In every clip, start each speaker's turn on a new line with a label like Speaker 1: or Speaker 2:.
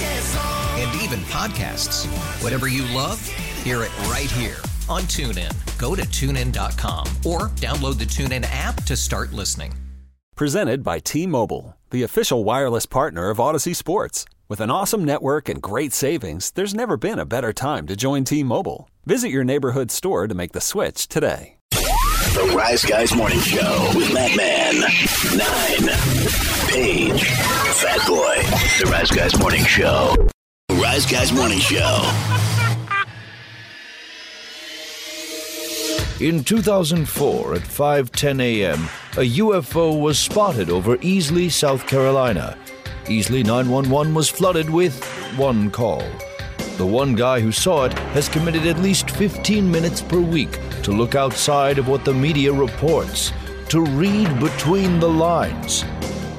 Speaker 1: Yes, oh,
Speaker 2: and even podcasts. Whatever you love, hear it right here on TuneIn. Go to tunein.com or download the TuneIn app to start listening.
Speaker 3: Presented by T Mobile, the official wireless partner of Odyssey Sports. With an awesome network and great savings, there's never been a better time to join T Mobile. Visit your neighborhood store to make the switch today.
Speaker 4: The Rise Guys Morning Show with Matt Man, Nine, Page, Fat Boy. The Rise Guys Morning Show. Rise Guys Morning Show.
Speaker 5: In 2004, at 5:10 a.m., a UFO was spotted over Easley, South Carolina. Easley 911 was flooded with one call. The one guy who saw it has committed at least 15 minutes per week to look outside of what the media reports, to read between the lines.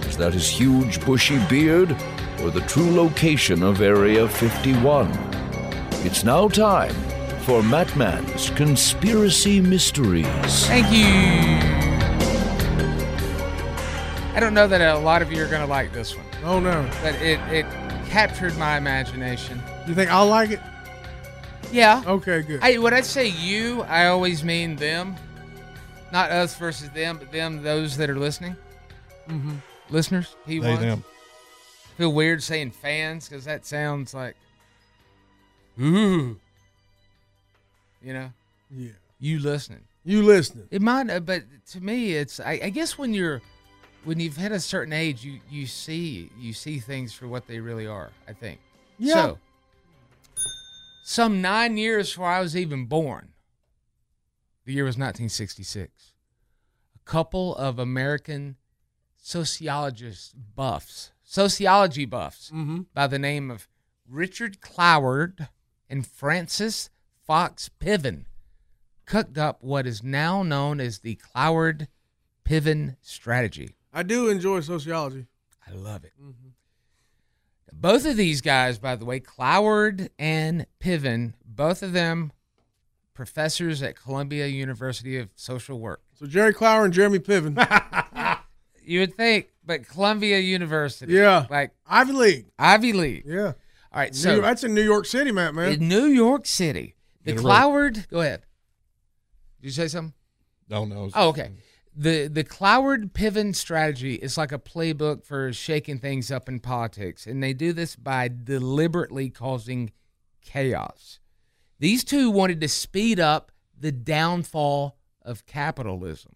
Speaker 5: Is that his huge bushy beard or the true location of Area 51? It's now time for Matman's Conspiracy Mysteries.
Speaker 6: Thank you. I don't know that a lot of you are going to like this one,
Speaker 7: Oh no!
Speaker 6: but it, it captured my imagination.
Speaker 7: You think I like it?
Speaker 6: Yeah.
Speaker 7: Okay, good.
Speaker 6: I, when I say you, I always mean them. Not us versus them, but them, those that are listening. Mm-hmm. Listeners, he
Speaker 7: They,
Speaker 6: wants.
Speaker 7: them.
Speaker 6: Feel weird saying fans because that sounds like, ooh, you know,
Speaker 7: Yeah.
Speaker 6: you listening.
Speaker 7: You listening?
Speaker 6: It might, uh, but to me, it's. I, I guess when you're, when you've hit a certain age, you you see you see things for what they really are. I think.
Speaker 7: Yeah.
Speaker 6: So, some nine years before I was even born, the year was 1966. A couple of American sociologists buffs, sociology buffs, by the name of Richard Cloward and Francis Fox Piven cooked up what is now known as the Cloward Piven strategy.
Speaker 7: I do enjoy sociology. Mm-hmm.
Speaker 6: I love it. Both of these guys, by the way, Cloward and Piven, both of them professors at Columbia University of Social Work.
Speaker 7: So Jerry Clower and Jeremy Piven,
Speaker 6: You would think, but Columbia University.
Speaker 7: Yeah.
Speaker 6: Like
Speaker 7: Ivy League.
Speaker 6: Ivy League.
Speaker 7: Yeah.
Speaker 6: All right.
Speaker 7: New-
Speaker 6: So
Speaker 7: that's in New York City, Matt man.
Speaker 6: in New York City, the
Speaker 7: Get it right.
Speaker 6: Cloward. Go ahead. Did you say something?
Speaker 7: no, no.
Speaker 6: Oh, okay. The the Cloward Piven strategy is like a playbook for shaking things up in politics, and they do this by deliberately causing chaos. These two wanted to speed up the downfall of capitalism.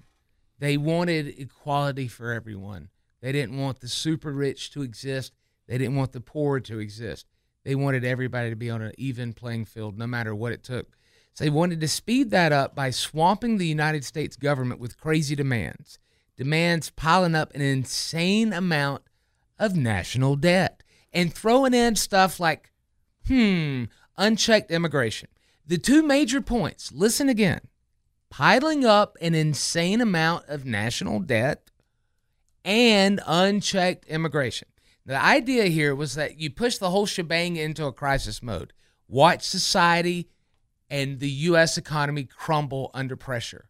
Speaker 6: They wanted equality for everyone. They didn't want the super rich to exist. They didn't want the poor to exist. They wanted everybody to be on an even playing field, no matter what it took. So they wanted to speed that up by swamping the United States government with crazy demands, demands piling up an insane amount of national debt, and throwing in stuff like, hmm, unchecked immigration. The two major points listen again piling up an insane amount of national debt and unchecked immigration. The idea here was that you push the whole shebang into a crisis mode, watch society and the U.S. economy crumble under pressure.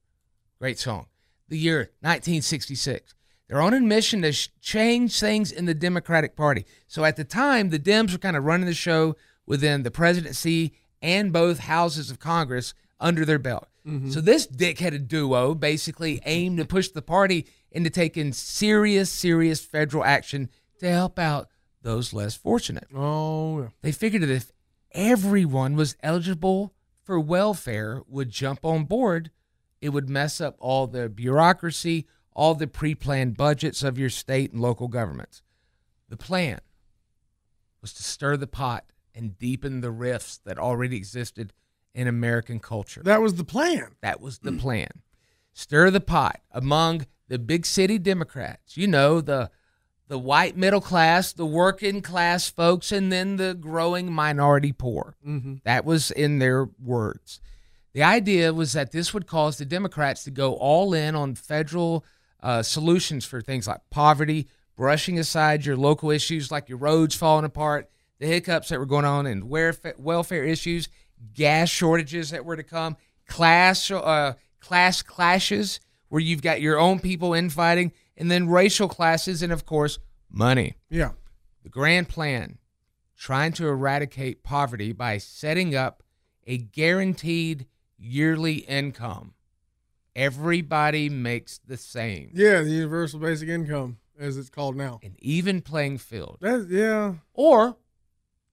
Speaker 6: Great song. The year 1966. Their own admission to sh- change things in the Democratic Party. So at the time, the Dems were kind of running the show within the presidency and both houses of Congress under their belt.
Speaker 7: Mm-hmm.
Speaker 6: So this dickheaded duo basically aimed to push the party into taking serious, serious federal action to help out those less fortunate.
Speaker 7: Oh, yeah.
Speaker 6: They figured that if everyone was eligible for welfare would jump on board, It would mess up all the bureaucracy, all the pre planned budgets of your state and local governments. The plan was to stir the pot and deepen the rifts that already existed in American culture.
Speaker 7: That was the plan.
Speaker 6: That was the plan. Stir the pot among the big city Democrats. You know, the the white middle class, the working class folks, and then the growing minority poor.
Speaker 7: Mhm.
Speaker 6: That was in their words. The idea was that this would cause the Democrats to go all in on federal uh, solutions for things like poverty, brushing aside your local issues like your roads falling apart, the hiccups that were going on in waref- welfare issues, gas shortages that were to come, class uh, class clashes where you've got your own people infighting, and then racial classes, and of course, money.
Speaker 7: Yeah.
Speaker 6: The grand plan trying to eradicate poverty by setting up a guaranteed yearly income. Everybody makes the same,
Speaker 7: Yeah, the universal basic income, as it's called now.
Speaker 6: an even playing field.
Speaker 7: That, yeah.
Speaker 6: Or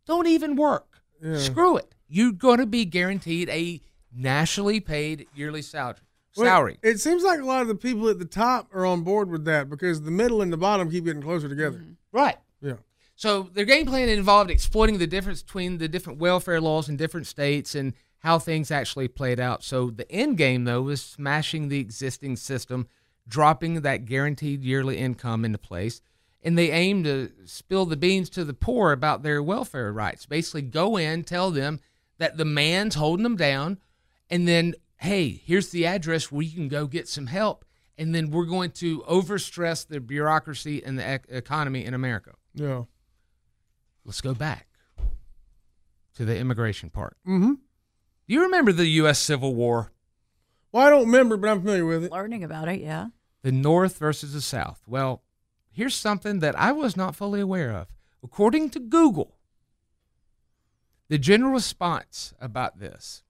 Speaker 6: don't even work.
Speaker 7: Yeah.
Speaker 6: Screw it. You're going to be guaranteed a nationally paid yearly salary.
Speaker 7: Well,
Speaker 6: Salary.
Speaker 7: It seems like a lot of the people at the top are on board with that because the middle and the bottom keep getting closer together.
Speaker 6: Mm-hmm. Right.
Speaker 7: Yeah.
Speaker 6: So their game plan involved exploiting the difference between the different welfare laws in different states and how things actually played out. So the end game, though, was smashing the existing system, dropping that guaranteed yearly income into place. And they aim to spill the beans to the poor about their welfare rights. Basically, go in, tell them that the man's holding them down, and then, hey, here's the address where you can go get some help. And then we're going to overstress the bureaucracy and the ec- economy in America
Speaker 7: Yeah.
Speaker 6: let's go back to the immigration part.
Speaker 7: Mm-hmm.
Speaker 6: Do you remember the U.S. Civil War?
Speaker 7: Well, I don't remember, but I'm familiar with it.
Speaker 8: Learning about it, yeah.
Speaker 6: The North versus the South. Well, here's something that I was not fully aware of. According to Google, the general response about this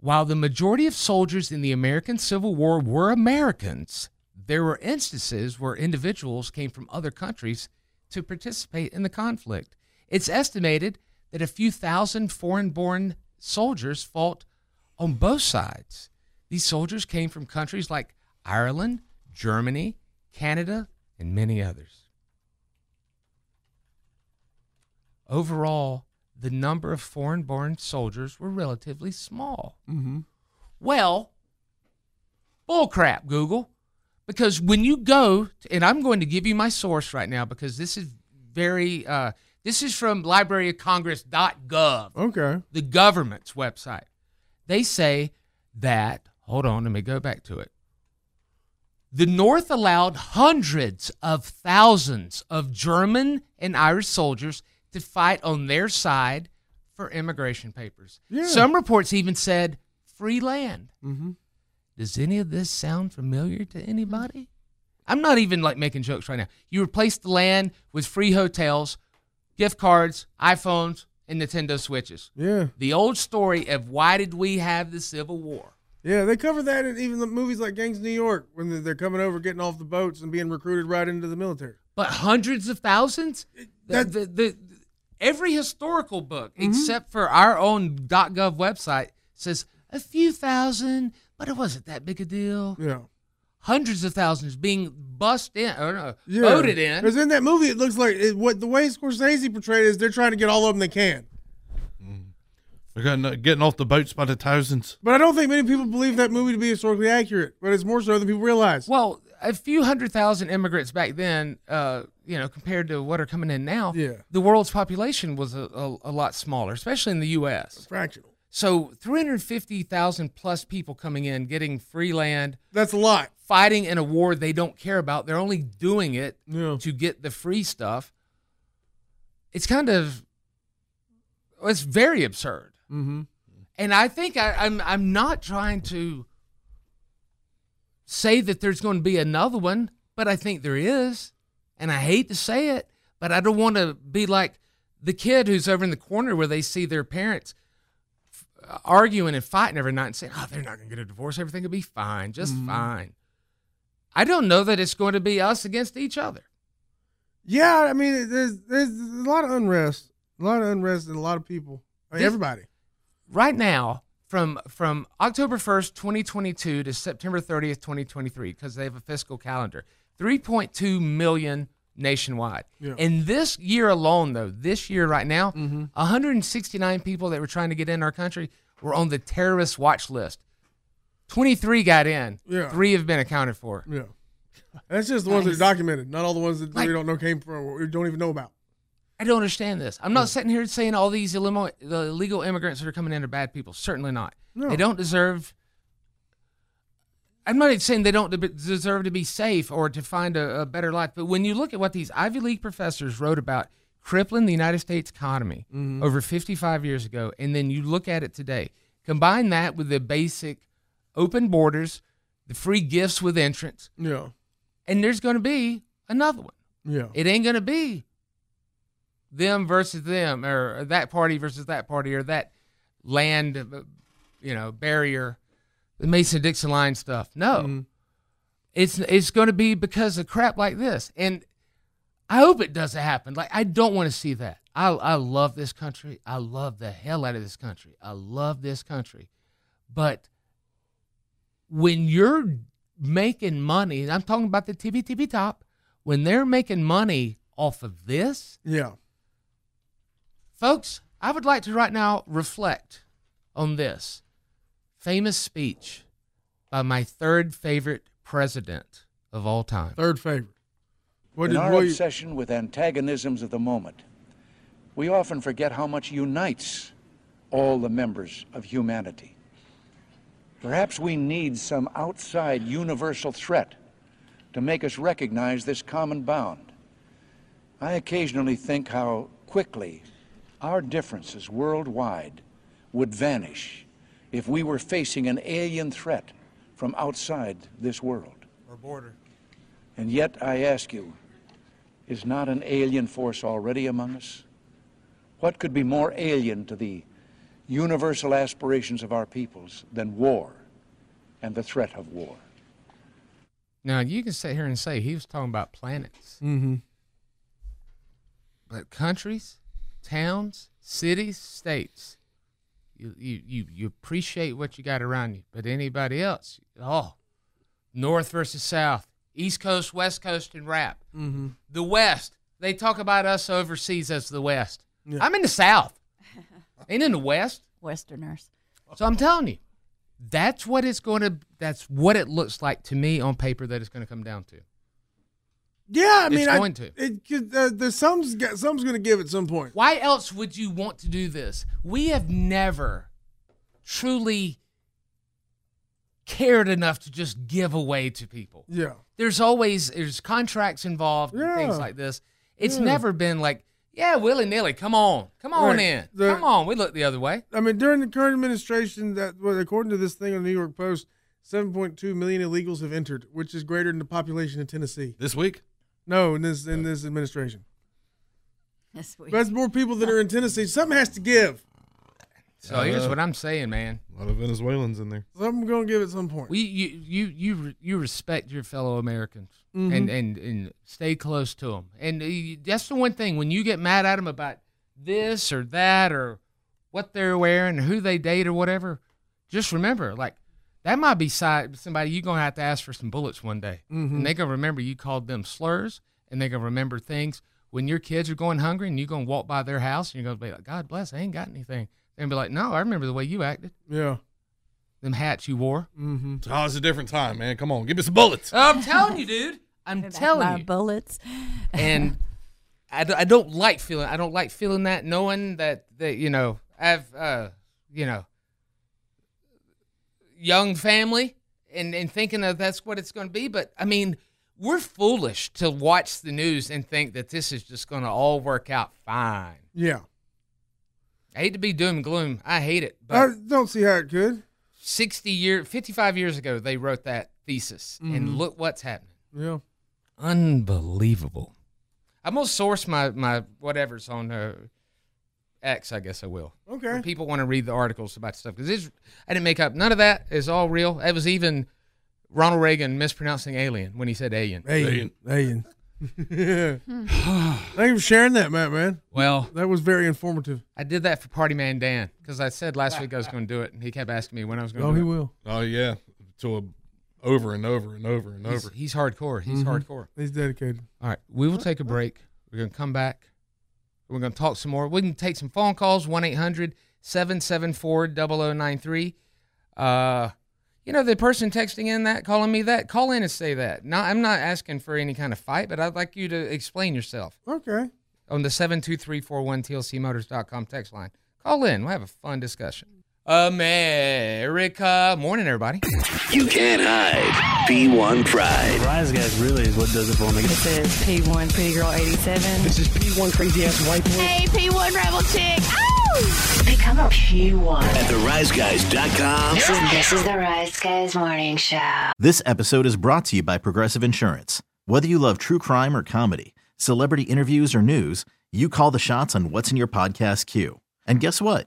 Speaker 6: while the majority of soldiers in the American Civil War were Americans, there were instances where individuals came from other countries to participate in the conflict. It's estimated that a few thousand foreign born soldiers fought on both sides. These soldiers came from countries like Ireland, Germany, Canada, and many others. Overall, the number of foreign born soldiers were relatively small.
Speaker 7: Mm-hmm.
Speaker 6: Well, bullcrap, Google. Because when you go, and I'm going to give you my source right now because this is very, uh, this is from libraryofcongress.gov,
Speaker 7: Okay.
Speaker 6: the government's website. They say that, hold on, let me go back to it. The North allowed hundreds of thousands of German and Irish soldiers to fight on their side for immigration papers.
Speaker 7: Yeah.
Speaker 6: Some reports even said free land.
Speaker 7: Mm-hmm.
Speaker 6: Does any of this sound familiar to anybody? I'm not even like making jokes right now. You replace the land with free hotels, gift cards, iPhones, and Nintendo Switches.
Speaker 7: Yeah.
Speaker 6: The old story of why did we have the Civil War?
Speaker 7: Yeah, they cover that in even the movies like Gangs of New York when they're- they're coming over, getting off the boats, and being recruited right into the military.
Speaker 6: But hundreds of thousands? The,
Speaker 7: That- Mm-hmm.
Speaker 6: the, the, every historical book, except for our own .gov website, says a few thousand, but it wasn't that big a deal.
Speaker 7: Yeah.
Speaker 6: Hundreds of thousands being bussed in, or no,
Speaker 7: Yeah.
Speaker 6: voted in.
Speaker 7: Because in that movie, it looks like it, what the way Scorsese portrayed it is they're trying to get all of them they can.
Speaker 9: They're getting, getting off the boats by the thousands.
Speaker 7: But I don't think many people believe that movie to be historically accurate. But it's more so than people realize.
Speaker 6: Well, a few hundred thousand immigrants back then, uh, you know, compared to what are coming in now,
Speaker 7: Yeah.
Speaker 6: the world's population was a, a, a lot smaller, especially in the U.S.
Speaker 7: Fractional.
Speaker 6: So 350,000 plus people coming in, getting free land,
Speaker 7: That's a lot.
Speaker 6: fighting in a war they don't care about. They're only doing it
Speaker 7: Yeah.
Speaker 6: to get the free stuff. It's kind of, well, it's very absurd.
Speaker 7: Mm-hmm.
Speaker 6: And I think I, I'm I'm not trying to say that there's going to be another one, but I think there is, and I hate to say it, but I don't want to be like the kid who's over in the corner where they see their parents f- arguing and fighting every night and saying, "Oh, they're not going to get a divorce. Everything will be fine, just
Speaker 7: Mm-hmm.
Speaker 6: fine." I don't know that it's going to be us against each other.
Speaker 7: Yeah, I mean, there's there's a lot of unrest, a lot of unrest, and a lot of people, I mean,
Speaker 6: This-
Speaker 7: everybody.
Speaker 6: Right now, from from October 1st, 2022 to September 30th, 2023 because they have a fiscal calendar. 3.2 million nationwide.
Speaker 8: Yeah.
Speaker 6: In this year alone though, this year right now,
Speaker 7: Mm-hmm.
Speaker 6: 169 people that were trying to get in our country were on the terrorist watch list. 23 got in.
Speaker 7: Yeah.
Speaker 6: 3 have been accounted for.
Speaker 7: Yeah. That's just the ones that
Speaker 6: Nice.
Speaker 7: are documented, not all the ones that
Speaker 6: Like-
Speaker 7: we don't know came from or we don't even know about.
Speaker 6: I don't understand this. I'm
Speaker 7: Hmm.
Speaker 6: not sitting here saying all these illimo- the illegal immigrants that are coming in are bad people. Certainly not.
Speaker 7: No.
Speaker 6: They don't deserve. I'm not even saying they don't de- deserve to be safe or to find a, a better life. But when you look at what these Ivy League professors wrote about crippling the United States economy
Speaker 7: Mm-hmm.
Speaker 8: Mhm.
Speaker 6: over 55 years ago, and then you look at it today, combine that with the basic open borders, the free gifts with entrance,
Speaker 7: Yeah.
Speaker 6: and there's going to be another one.
Speaker 7: Yeah.
Speaker 6: It ain't gonna be them versus them, or that party versus that party, or that land, uh, you know, barrier, the Mason-Dixon line stuff. No, it's it's gonna be because of crap like this, and I hope it doesn't happen. Like I don't want to see that. I I love this country. I love the hell out of this country. I love this country, but when you're making money, and I'm talking about the tippy tippy top, when they're making money off of this,
Speaker 7: Yeah.
Speaker 6: folks, I would like to right now reflect on this famous speech by my third favorite president of all time.
Speaker 7: Third favorite. What
Speaker 10: in
Speaker 7: did
Speaker 10: our
Speaker 7: William-
Speaker 10: obsession with antagonisms of the moment, we often forget how much unites all the members of humanity. Perhaps we need some outside universal threat to make us recognize this common bound. I occasionally think how quickly our differences worldwide would vanish if we were facing an alien threat from outside this world.
Speaker 7: Or border.
Speaker 10: And yet, I ask you, is not an alien force already among us? What could be more alien to the universal aspirations of our peoples than war and the threat of war?
Speaker 6: Now, you can sit here and say he was talking about planets,
Speaker 7: Mm-hmm.
Speaker 6: but countries, towns, cities, states, you, you, you, you appreciate what you got around you, but anybody else, oh, North versus South, East Coast, West Coast, and rap.
Speaker 7: Mm-hmm.
Speaker 6: the West. They talk about us overseas as the West. I'm in the South. Ain't in the West.
Speaker 11: Westerners.
Speaker 6: So I'm telling you, that's what it's going to. That's what it looks like to me on paper that it's going to come down to.
Speaker 7: Yeah, I
Speaker 6: It's
Speaker 7: mean, I-
Speaker 6: going to.
Speaker 7: It, 'cause, uh, there's some's got, some's going to give at some point.
Speaker 6: Why else would you want to do this? We have never truly cared enough to just give away to people.
Speaker 7: Yeah.
Speaker 6: There's always there's contracts involved and things
Speaker 7: Yeah.
Speaker 6: like this. It's
Speaker 7: Yeah.
Speaker 6: never been like, yeah, willy nilly, come on, come on
Speaker 7: Right.
Speaker 6: in,
Speaker 7: The-
Speaker 6: come on. We look the other way.
Speaker 7: I mean, during the current administration, that well, according to this thing on the New York Post, 7.2 million illegals have entered, which is greater than the population in Tennessee.
Speaker 9: This week?
Speaker 7: No, in this in this administration.
Speaker 11: That's weird.
Speaker 7: That's more people that are in Tennessee. Something has to give.
Speaker 6: So here's what I'm saying, man.
Speaker 9: A lot of Venezuelans in there.
Speaker 7: Something going to give at some point.
Speaker 6: We you you you re- you respect your fellow Americans
Speaker 7: Mhm.
Speaker 6: and and and stay close to them. And uh, you- that's the one thing when you get mad at them about this or that or what they're wearing, who they date or whatever, just remember like that might be side, somebody you're gonna have to ask for some bullets one day,
Speaker 8: Mhm.
Speaker 6: and they gonna remember you called them slurs, and they gonna remember things. When your kids are going hungry and you're gonna walk by their house and you're gonna be like, God bless, I ain't got anything. They're gonna be like, No, I remember the way you acted.
Speaker 7: Yeah.
Speaker 6: Them hats you wore.
Speaker 7: Mm-hmm.
Speaker 9: Oh, it's a different time, man. Come on, give me some bullets.
Speaker 6: I'm telling you, dude. I'm telling
Speaker 11: my
Speaker 6: you.
Speaker 11: bullets.
Speaker 6: And I, d- I don't like feeling. I don't like feeling that. Knowing that that you know I've uh you know young family and and thinking that that's what it's going to be. But I mean, we're foolish to watch the news and think that this is just going to all work out fine.
Speaker 7: Yeah.
Speaker 6: I hate to be doom and gloom. I hate it. But
Speaker 7: I don't see how it could.
Speaker 6: 60 year 55 years ago they wrote that thesis and
Speaker 8: Mhm.
Speaker 6: look what's happening.
Speaker 7: Mm-hmm. Yeah.
Speaker 6: Unbelievable. I'm gonna source my my whatever's on uh, X. I guess I will.
Speaker 7: Okay.
Speaker 6: When people want to read the articles about stuff because I didn't make up none of that. It's all real. It was even Ronald Reagan mispronouncing alien when he said alien.
Speaker 7: Alien. Alien. Yeah. Thank you for sharing that, Matt, man.
Speaker 6: Well,
Speaker 7: that was very informative.
Speaker 6: I did that for Party Man Dan because I said last week I was going to do it, and he kept asking me when I was going to.
Speaker 7: Oh,
Speaker 6: do
Speaker 7: he
Speaker 6: it.
Speaker 7: will.
Speaker 9: Oh yeah, to a, over and over and over and
Speaker 6: He's-
Speaker 9: over.
Speaker 6: he's hardcore. He's
Speaker 7: Mhm.
Speaker 6: hardcore.
Speaker 7: He's dedicated.
Speaker 6: All right, we will take a break. We're going to come back. We're going to talk some more. We can take some phone calls 1 800 774 0093. Uh, You know, the person texting in that, calling me that, call in and say that. No, I'm not asking for any kind of fight, but I'd like you to explain yourself
Speaker 7: Okay.
Speaker 6: on the 72341tlcmotors.com text line. Call in. We'll have a fun discussion. America. Morning, everybody.
Speaker 4: You can't hide P1 Pride.
Speaker 8: Rise Guys really is what does it for me.
Speaker 11: This is P1 Pretty Girl 87. This is P1 Crazy Ass White Boy. Hey, P1 Rebel Chick. Oh! Become a P1.
Speaker 4: At theriseguys.com.
Speaker 12: This is the Rise Guys Morning Show.
Speaker 13: This episode is brought to you by Progressive Insurance. Whether you love true crime or comedy, celebrity interviews or news, you call the shots on what's in your podcast queue. And guess what?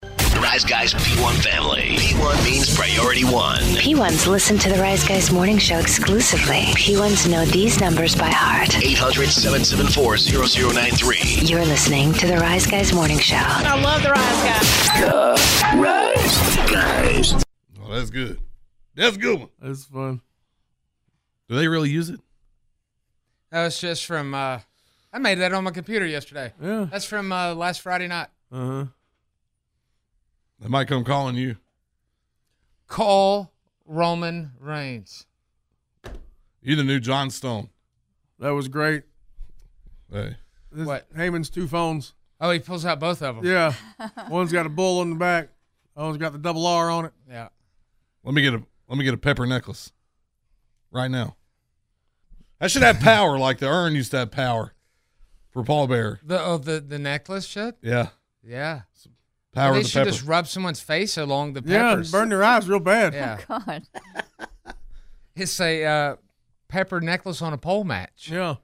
Speaker 4: The Rise Guys P1 family. P1 means priority one.
Speaker 12: P1s listen to the Rise Guys Morning Show exclusively. P1s know these numbers by heart.
Speaker 4: 800 774 0093.
Speaker 12: You're listening to the Rise Guys Morning Show.
Speaker 4: I love the Rise Guys. The Rise Guys.
Speaker 9: Oh, that's good. That's a good one.
Speaker 7: That's fun.
Speaker 9: Do they really use it?
Speaker 6: That was just from, uh, I made that on my computer yesterday.
Speaker 7: Yeah. Uh-huh.
Speaker 6: That's from uh, last Friday night.
Speaker 9: Uh huh. They might come calling you.
Speaker 6: Call Roman Reigns.
Speaker 9: You the new John Stone.
Speaker 7: That was great.
Speaker 9: Hey.
Speaker 7: This what? Heyman's two phones.
Speaker 6: Oh, he pulls out both of them.
Speaker 7: Yeah. One's got a bull on the back. One's got the double R on it.
Speaker 6: Yeah.
Speaker 9: Let me get a let me get a pepper necklace. Right now. That should have power like the urn used to have power for pallbearer.
Speaker 6: The oh, the the necklace should.
Speaker 9: Yeah.
Speaker 6: Yeah.
Speaker 9: Power
Speaker 6: they
Speaker 9: of the
Speaker 6: should
Speaker 9: pepper.
Speaker 6: just rub someone's face along the
Speaker 7: Yeah,
Speaker 6: peppers.
Speaker 7: burn their eyes real bad.
Speaker 6: Yeah.
Speaker 11: God.
Speaker 6: It's a uh, pepper necklace on a pole match.
Speaker 7: Yeah.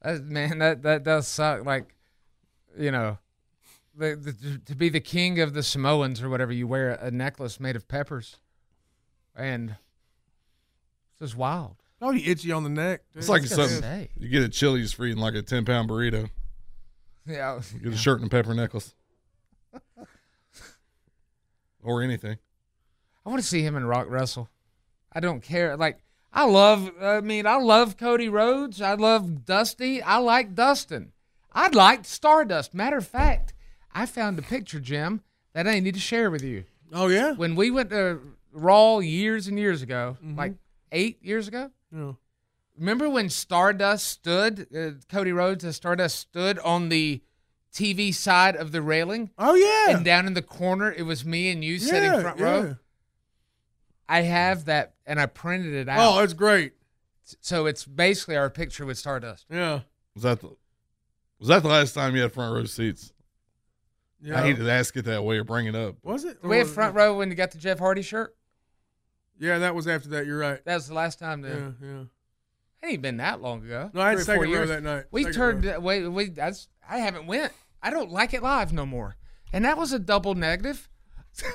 Speaker 6: That, man, that that does suck. Like, you know, the, the, to be the king of the Samoans or whatever, you wear a necklace made of peppers, and it's just wild.
Speaker 7: Oh, you itchy on the neck. dude.
Speaker 9: It's like
Speaker 6: That's
Speaker 9: something
Speaker 6: good.
Speaker 9: you get at Chili's for eating like a ten pound burrito.
Speaker 6: Yeah.
Speaker 9: You Get a shirt and a pepper necklace. or anything.
Speaker 6: I want to see him and Rock Russell. I don't care. Like I love. I mean, I love Cody Rhodes. I love Dusty. I like Dustin. I liked Stardust. Matter of fact, I found a picture, Jim, that I need to share with you.
Speaker 7: Oh yeah.
Speaker 6: When we went to Raw years and years ago,
Speaker 7: Mm-hmm.
Speaker 6: like eight years ago.
Speaker 7: Yeah.
Speaker 6: Remember when Stardust stood, uh, Cody Rhodes and Stardust stood uh, on the TV side of the railing.
Speaker 7: Oh yeah.
Speaker 6: And down in the corner, it was me and you
Speaker 7: Yeah,
Speaker 6: sitting front row.
Speaker 7: yeah.
Speaker 6: I have that, and I printed it out.
Speaker 7: Oh, it's great.
Speaker 6: So it's basically our picture with Stardust.
Speaker 7: Yeah.
Speaker 9: Was that the, was that the last time you had front row seats?
Speaker 7: Yeah.
Speaker 9: I hated to ask it that way or bring it up.
Speaker 7: Was it?
Speaker 6: Did we have front row when you got the Jeff Hardy shirt?
Speaker 7: Yeah, that was after that. You're right.
Speaker 6: That was the last time.
Speaker 7: Yeah,
Speaker 6: Then.
Speaker 7: yeah.
Speaker 6: It ain't been that long ago.
Speaker 7: No, I had
Speaker 6: Three or four
Speaker 7: second row
Speaker 6: years.
Speaker 7: that night.
Speaker 6: We
Speaker 7: Second
Speaker 6: turned. We we. That's. I haven't went. I don't like it live no more. And that was a double negative.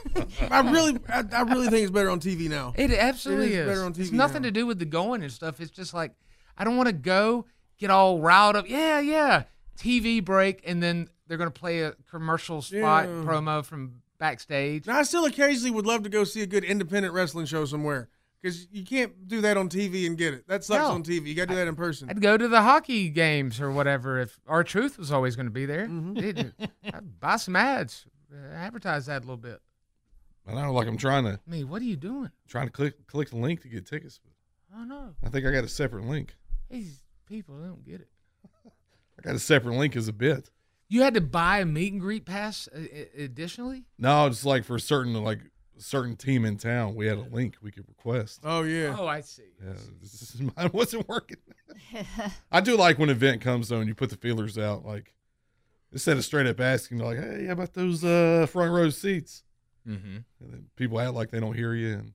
Speaker 7: I really, I, I really think it's better on TV now.
Speaker 6: It absolutely is.
Speaker 7: better on TV.
Speaker 6: it's nothing to do with the going and stuff. It's just like I don't want to go get all riled up. Yeah, yeah. TV break, and then they're gonna play a commercial spot
Speaker 7: Yeah.
Speaker 6: promo from backstage.
Speaker 7: Now, I still occasionally would love to go see a good independent wrestling show somewhere because you can't do that on TV and get it. That sucks
Speaker 6: No.
Speaker 7: on TV. You got to do that in person.
Speaker 6: I'd go to the hockey games or whatever if our truth was always going to be there.
Speaker 9: Mm-hmm.
Speaker 6: It- I'd buy some ads, uh, advertise that a little bit.
Speaker 9: I know, like I'm trying to
Speaker 6: I mean, what are you doing?
Speaker 9: trying to click click the link to get tickets.
Speaker 6: Oh no,
Speaker 9: I think I got a separate link.
Speaker 6: these people they don't get it.
Speaker 9: I got a separate link as a bit.
Speaker 6: You had to buy a meet and greet pass uh, uh, additionally.
Speaker 9: No, it's like for certain like certain team in town, we had a link we could request.
Speaker 7: Oh yeah.
Speaker 6: Oh, I see.
Speaker 9: Yeah, this is- mine wasn't working. I do like when an event comes though, and you put the feelers out. Like instead of straight up asking, like, "Hey, how about those uh, front row seats?"
Speaker 6: Mm-hmm.
Speaker 9: And then people act like they don't hear you, and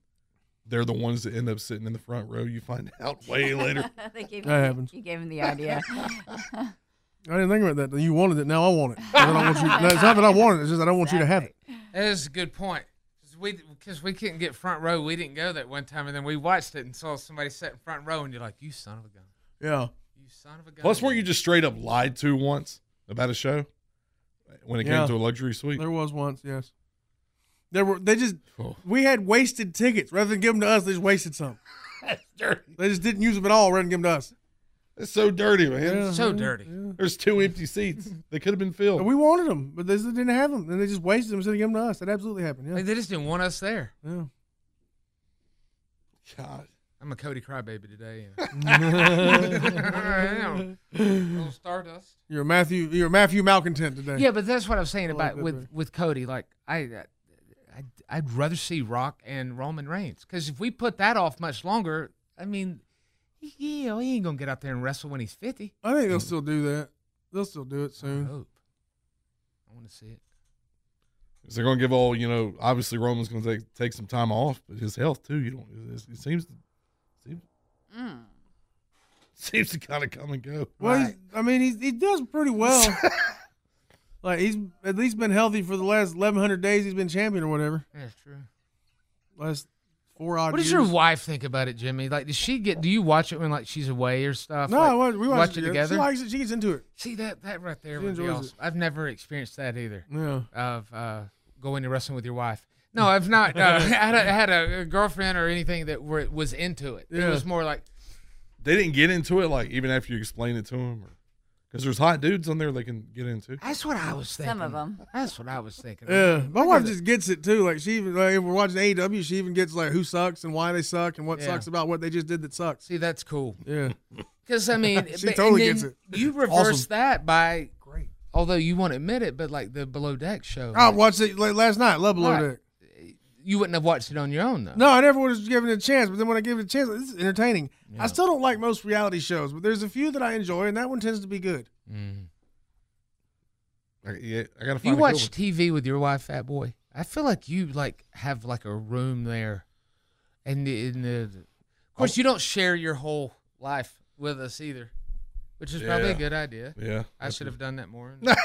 Speaker 9: they're the ones that end up sitting in the front row. You find out way later.
Speaker 14: they gave
Speaker 7: That
Speaker 14: you-
Speaker 7: happens.
Speaker 14: You gave him the idea.
Speaker 7: I didn't think about that. You wanted it. Now I want it. I don't want you, no, it's not that I want it. It's just I don't want you to have it.
Speaker 6: That is a good point. Cause we because we couldn't get front row. We didn't go that one time, and then we watched it and saw somebody sat in front row, and you're like, "You son of a gun!"
Speaker 7: Yeah.
Speaker 6: You son of a gun.
Speaker 9: Plus, weren't you just straight up lied to once about a show when it
Speaker 7: Yeah.
Speaker 9: came to a luxury suite? Oh.
Speaker 7: There was once, yes. There were. They just. We had wasted tickets rather than give them to us. They just wasted some.
Speaker 9: That's dirty.
Speaker 7: They just didn't use them at all rather than give them to us.
Speaker 9: It's so dirty, man.
Speaker 6: So dirty.
Speaker 9: There's two empty seats. They could have been filled.
Speaker 7: We wanted them, but they just didn't have them. And they just wasted them instead of giving them to us. That absolutely happened. Yeah.
Speaker 6: Like, they just didn't want us there.
Speaker 7: Yeah.
Speaker 9: God.
Speaker 6: I'm a Cody crybaby today. and- Little Stardust.
Speaker 7: You're a Matthew. You're a Matthew malcontent today.
Speaker 6: Yeah, but that's what I'm saying
Speaker 7: I like
Speaker 6: about
Speaker 7: that
Speaker 6: with
Speaker 7: better.
Speaker 6: with Cody. Like I, I I'd, I'd rather see Rock and Roman Reigns because if we put that off much longer, I mean, he, you know, he ain't gonna get out there and wrestle when he's 50.
Speaker 7: I think they'll still do that. They'll still do it soon.
Speaker 6: I hope. I want to see it.
Speaker 9: Is they're going to give all you know? Obviously, Roman's going to take take some time off, but his health too. You don't. It, it seems seems seems to kind of come and go.
Speaker 7: Well, he's, I mean, he's, he does pretty well. like he's at least been healthy for the last 1,100 days. He's been champion or whatever.
Speaker 6: That's true.
Speaker 7: Last four odd.
Speaker 6: What does
Speaker 7: years.
Speaker 6: your wife think about it, Jimmy? Like, does she get? Do you watch it when like she's away or stuff?
Speaker 7: No,
Speaker 6: Like,
Speaker 7: I watch- we watch, it together. She likes it. She gets into it.
Speaker 6: See that that right there
Speaker 7: She
Speaker 6: would be
Speaker 7: enjoys
Speaker 6: awesome. I've never experienced that either.
Speaker 7: Yeah.
Speaker 6: Of uh, going to wrestling with your wife. No, I've not uh, had, a, had a girlfriend or anything that were, was into it. It
Speaker 9: Yeah.
Speaker 6: was more like
Speaker 9: They didn't get into it like even after you explain it to him, because there's hot dudes on there they can get into.
Speaker 6: that's what I was thinking.
Speaker 14: Some of them.
Speaker 6: That's what I was thinking.
Speaker 7: Yeah, my wife just gets it too. Like she even like if we're watching AEW, she even gets like who sucks and why they suck and what
Speaker 6: Yeah.
Speaker 7: sucks about what they just did that sucks.
Speaker 6: See, that's cool.
Speaker 7: Yeah,
Speaker 6: Because I mean,
Speaker 7: She
Speaker 6: but- and
Speaker 7: totally
Speaker 6: then
Speaker 7: gets it.
Speaker 6: You
Speaker 7: Awesome.
Speaker 6: reverse that by great. Although you won't admit it, but like the below deck show.
Speaker 7: I watched it like, last night. Love below
Speaker 6: Right.
Speaker 7: deck.
Speaker 6: You wouldn't have watched it on your own though.
Speaker 7: No, I never would have given it a chance. But then when I give it a chance, this is entertaining. I still don't like most reality shows, but there's a few that I enjoy, and that one tends to be good.
Speaker 9: I, yeah, I gotta
Speaker 6: Do you
Speaker 9: find. a good
Speaker 6: watch TV with your wife, Fat Boy? I feel like you like have like a room there, and the, and the of
Speaker 9: Oh.
Speaker 6: course you don't share your whole life with us either, which is probably a
Speaker 9: Yeah.
Speaker 6: good idea.
Speaker 9: Yeah,
Speaker 6: I
Speaker 9: that's
Speaker 6: should
Speaker 9: a-
Speaker 6: have done that more.
Speaker 9: one.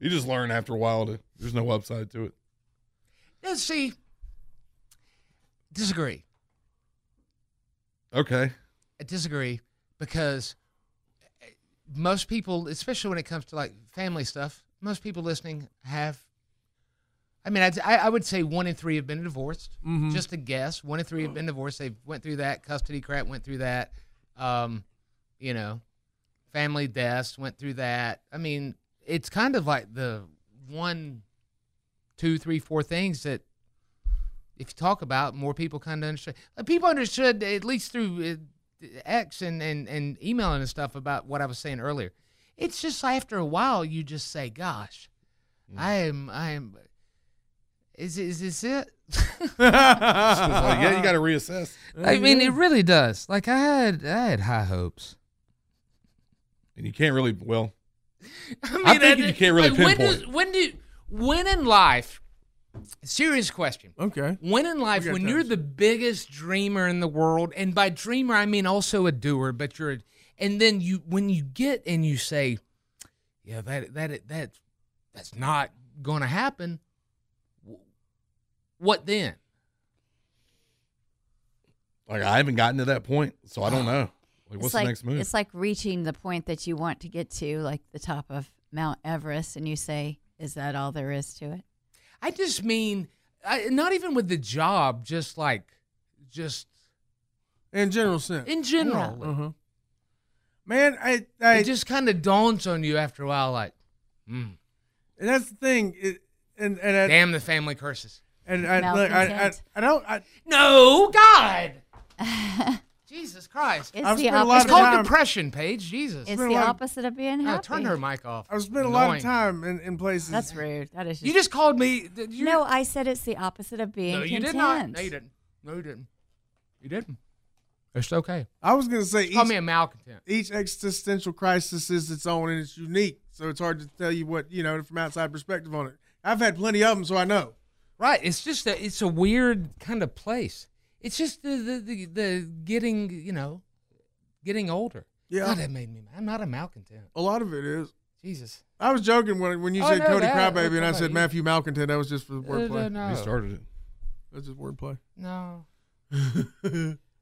Speaker 9: you just learn after a while. To, there's no upside to it.
Speaker 6: Let's see, disagree.
Speaker 9: Okay.
Speaker 6: I disagree because eh, most people, especially when it comes to like family stuff, most people listening have. I mean, I'd- I, I would say one in three have been divorced.
Speaker 7: Mhm.
Speaker 6: Just a guess. One in three have been divorced. They went through that custody crap. Went through that. Um, you know, family deaths. Went through that. I mean, it's kind of like the one, two, three, four things that if you talk about, more people kind of understand. Like, people understood uh, at least through uh, X and, and and emailing and stuff about what I was saying earlier. It's just after a while you just say, "Gosh,
Speaker 9: Mm.
Speaker 6: I am, I am." Is is this it?
Speaker 9: yeah, you gotta reassess.
Speaker 15: I mean, it really does. Like I had, I had high hopes.
Speaker 9: And you can't really well.
Speaker 6: I, mean,
Speaker 9: I'm thinking
Speaker 6: I-
Speaker 9: you can't really
Speaker 6: like,
Speaker 9: pinpoint.
Speaker 6: When, does, when do when in life? Serious question.
Speaker 7: Okay.
Speaker 6: When in life,
Speaker 7: We got
Speaker 6: when
Speaker 7: time.
Speaker 6: you're the biggest dreamer in the world, and by dreamer I mean also a doer, but you're, a, and then you when you get and you say, yeah, that that that that's not going to happen. w- What then?
Speaker 9: like I haven't gotten to that point, so I don't know. Like, what's
Speaker 16: it's like,
Speaker 9: the next move?
Speaker 16: It's like reaching the point that you want to get to, like the top of Mount Everest, and you say, "Is that all there is to it?"
Speaker 6: I just mean, I, not even with the job, just like, just
Speaker 7: in general sense.
Speaker 6: In general,
Speaker 7: Yeah. Uh-huh. Man, I, I
Speaker 6: it just kind of dawns on you after a while, like, hmm.
Speaker 7: And that's the thing. It, and and I,
Speaker 6: damn the family curses.
Speaker 7: And I, look, I, I, I don't. I,
Speaker 6: no, God. Jesus Christ.
Speaker 7: It's I've the spent a lot opposite. of
Speaker 6: It's called
Speaker 7: time-
Speaker 6: depression, Paige. Jesus.
Speaker 7: It's Spent a the lot of- Oh,
Speaker 16: opposite of being
Speaker 6: No,
Speaker 16: happy.
Speaker 6: turn her mic off.
Speaker 7: I've spent a lot of
Speaker 6: Annoying.
Speaker 7: time in, in places.
Speaker 16: That's rude. That is. Just,
Speaker 6: You just called me. th- You,
Speaker 16: no, I said it's the opposite of being
Speaker 6: No, you
Speaker 16: content.
Speaker 6: did not. No, you didn't. No, you didn't. You didn't. It's okay.
Speaker 7: I was gonna say each,
Speaker 6: Call me a malcontent.
Speaker 7: each existential crisis is its own and it's unique, so it's hard to tell you what you know from outside perspective on it. I've had plenty of them, so I know.
Speaker 6: Right. It's just a, it's a weird kind of place. It's just the the, the, the getting, you know, getting older.
Speaker 7: Yeah.
Speaker 6: God, that made me mad. I'm not a malcontent.
Speaker 7: A lot of it is.
Speaker 6: Jesus.
Speaker 7: I was joking when when you
Speaker 6: Oh,
Speaker 7: said
Speaker 6: no,
Speaker 7: Cody
Speaker 6: that-
Speaker 7: Crybaby and I
Speaker 6: okay.
Speaker 7: said Matthew Malcontent. That was just for wordplay.
Speaker 6: no, You no. started
Speaker 9: it.
Speaker 7: That's just wordplay.
Speaker 6: No.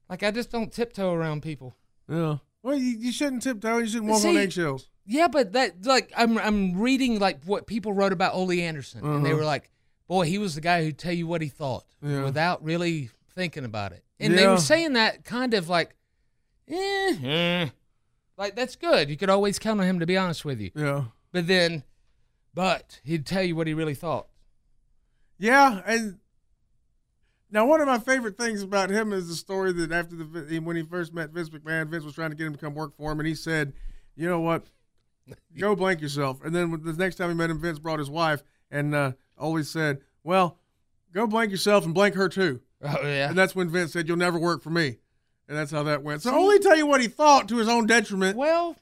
Speaker 6: like, I just don't tiptoe around people.
Speaker 7: Yeah. Well, you, you shouldn't tiptoe. You shouldn't walk on
Speaker 6: See,
Speaker 7: eggshells.
Speaker 6: Yeah, but that like I'm I'm reading like what people wrote about Ole Anderson, and they
Speaker 7: Uh-huh.
Speaker 6: were like, "Boy, he was the guy who'd tell you what he thought
Speaker 7: Yeah.
Speaker 6: without really thinking about it." And they
Speaker 7: Yeah.
Speaker 6: were saying that kind of like, eh, eh. like that's good. You could always count on him to be honest with you.
Speaker 7: Yeah.
Speaker 6: But then, but he'd tell you what he really thought.
Speaker 7: Yeah, and now one of my favorite things about him is the story that after the when he first met Vince McMahon, Vince was trying to get him to come work for him, and he said, "You know what? Go blank yourself." And then the next time he met him, Vince brought his wife, and uh, always said, "Well, go blank yourself and blank her too."
Speaker 6: Oh yeah.
Speaker 7: And that's when Vince said, "You'll never work for me," and that's how that went. So only tell you what he thought to his own detriment.
Speaker 6: Well,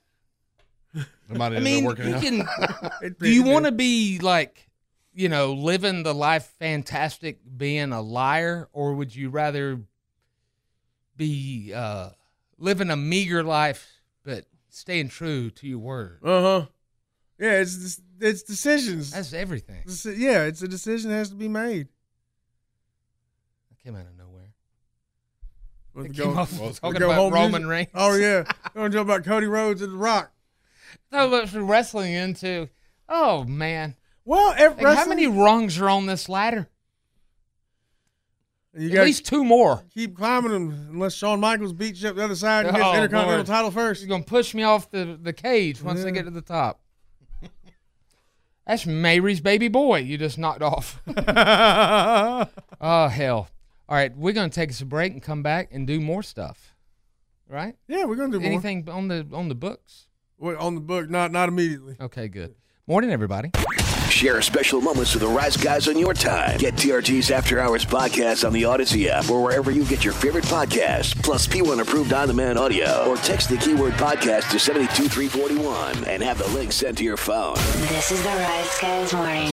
Speaker 9: It might
Speaker 6: I
Speaker 9: end
Speaker 6: mean,
Speaker 9: up working
Speaker 6: you
Speaker 9: out.
Speaker 6: can. do you want to be like, you know, living the life fantastic, being a liar, or would you rather be uh, living a meager life but staying true to your word?
Speaker 7: Uh huh. Yeah, it's dis- it's decisions.
Speaker 6: That's everything.
Speaker 7: Deci- yeah, it's a decision that has to be made.
Speaker 6: That came out of nowhere.
Speaker 7: Well,
Speaker 6: It
Speaker 7: the
Speaker 6: came
Speaker 7: go-
Speaker 6: off
Speaker 7: well, the
Speaker 6: talking
Speaker 7: go
Speaker 6: about
Speaker 7: home
Speaker 6: Roman
Speaker 7: music.
Speaker 6: Reigns.
Speaker 7: Oh yeah, you want to talk about Cody Rhodes and The Rock?
Speaker 6: No, but from wrestling into, oh man.
Speaker 7: Well, if
Speaker 6: Like, how many rungs are on this ladder?
Speaker 7: You
Speaker 6: At
Speaker 7: gotta
Speaker 6: least two more.
Speaker 7: Keep climbing them unless Shawn Michaels beats you up the other side and gets
Speaker 6: Oh,
Speaker 7: the Intercontinental
Speaker 6: Lord.
Speaker 7: title first.
Speaker 6: You're gonna push me off the, the cage once I
Speaker 7: Yeah.
Speaker 6: get to the top. That's Mary's baby boy you just knocked off. oh hell. All right, we're gonna take us a break and come back and do more stuff. Right?
Speaker 7: Yeah, we're gonna do more.
Speaker 6: Anything on the on the books?
Speaker 7: Wait, on the book, not not immediately.
Speaker 6: Okay, good. Morning, everybody.
Speaker 4: Share special moments with the Rise Guys on your time. Get TRT's After Hours podcast on the Odyssey app or wherever you get your favorite podcast, plus P1 approved on demand audio, or text the keyword podcast to 72341 and have the link sent to your phone.
Speaker 12: This is the Rise Guys Morning.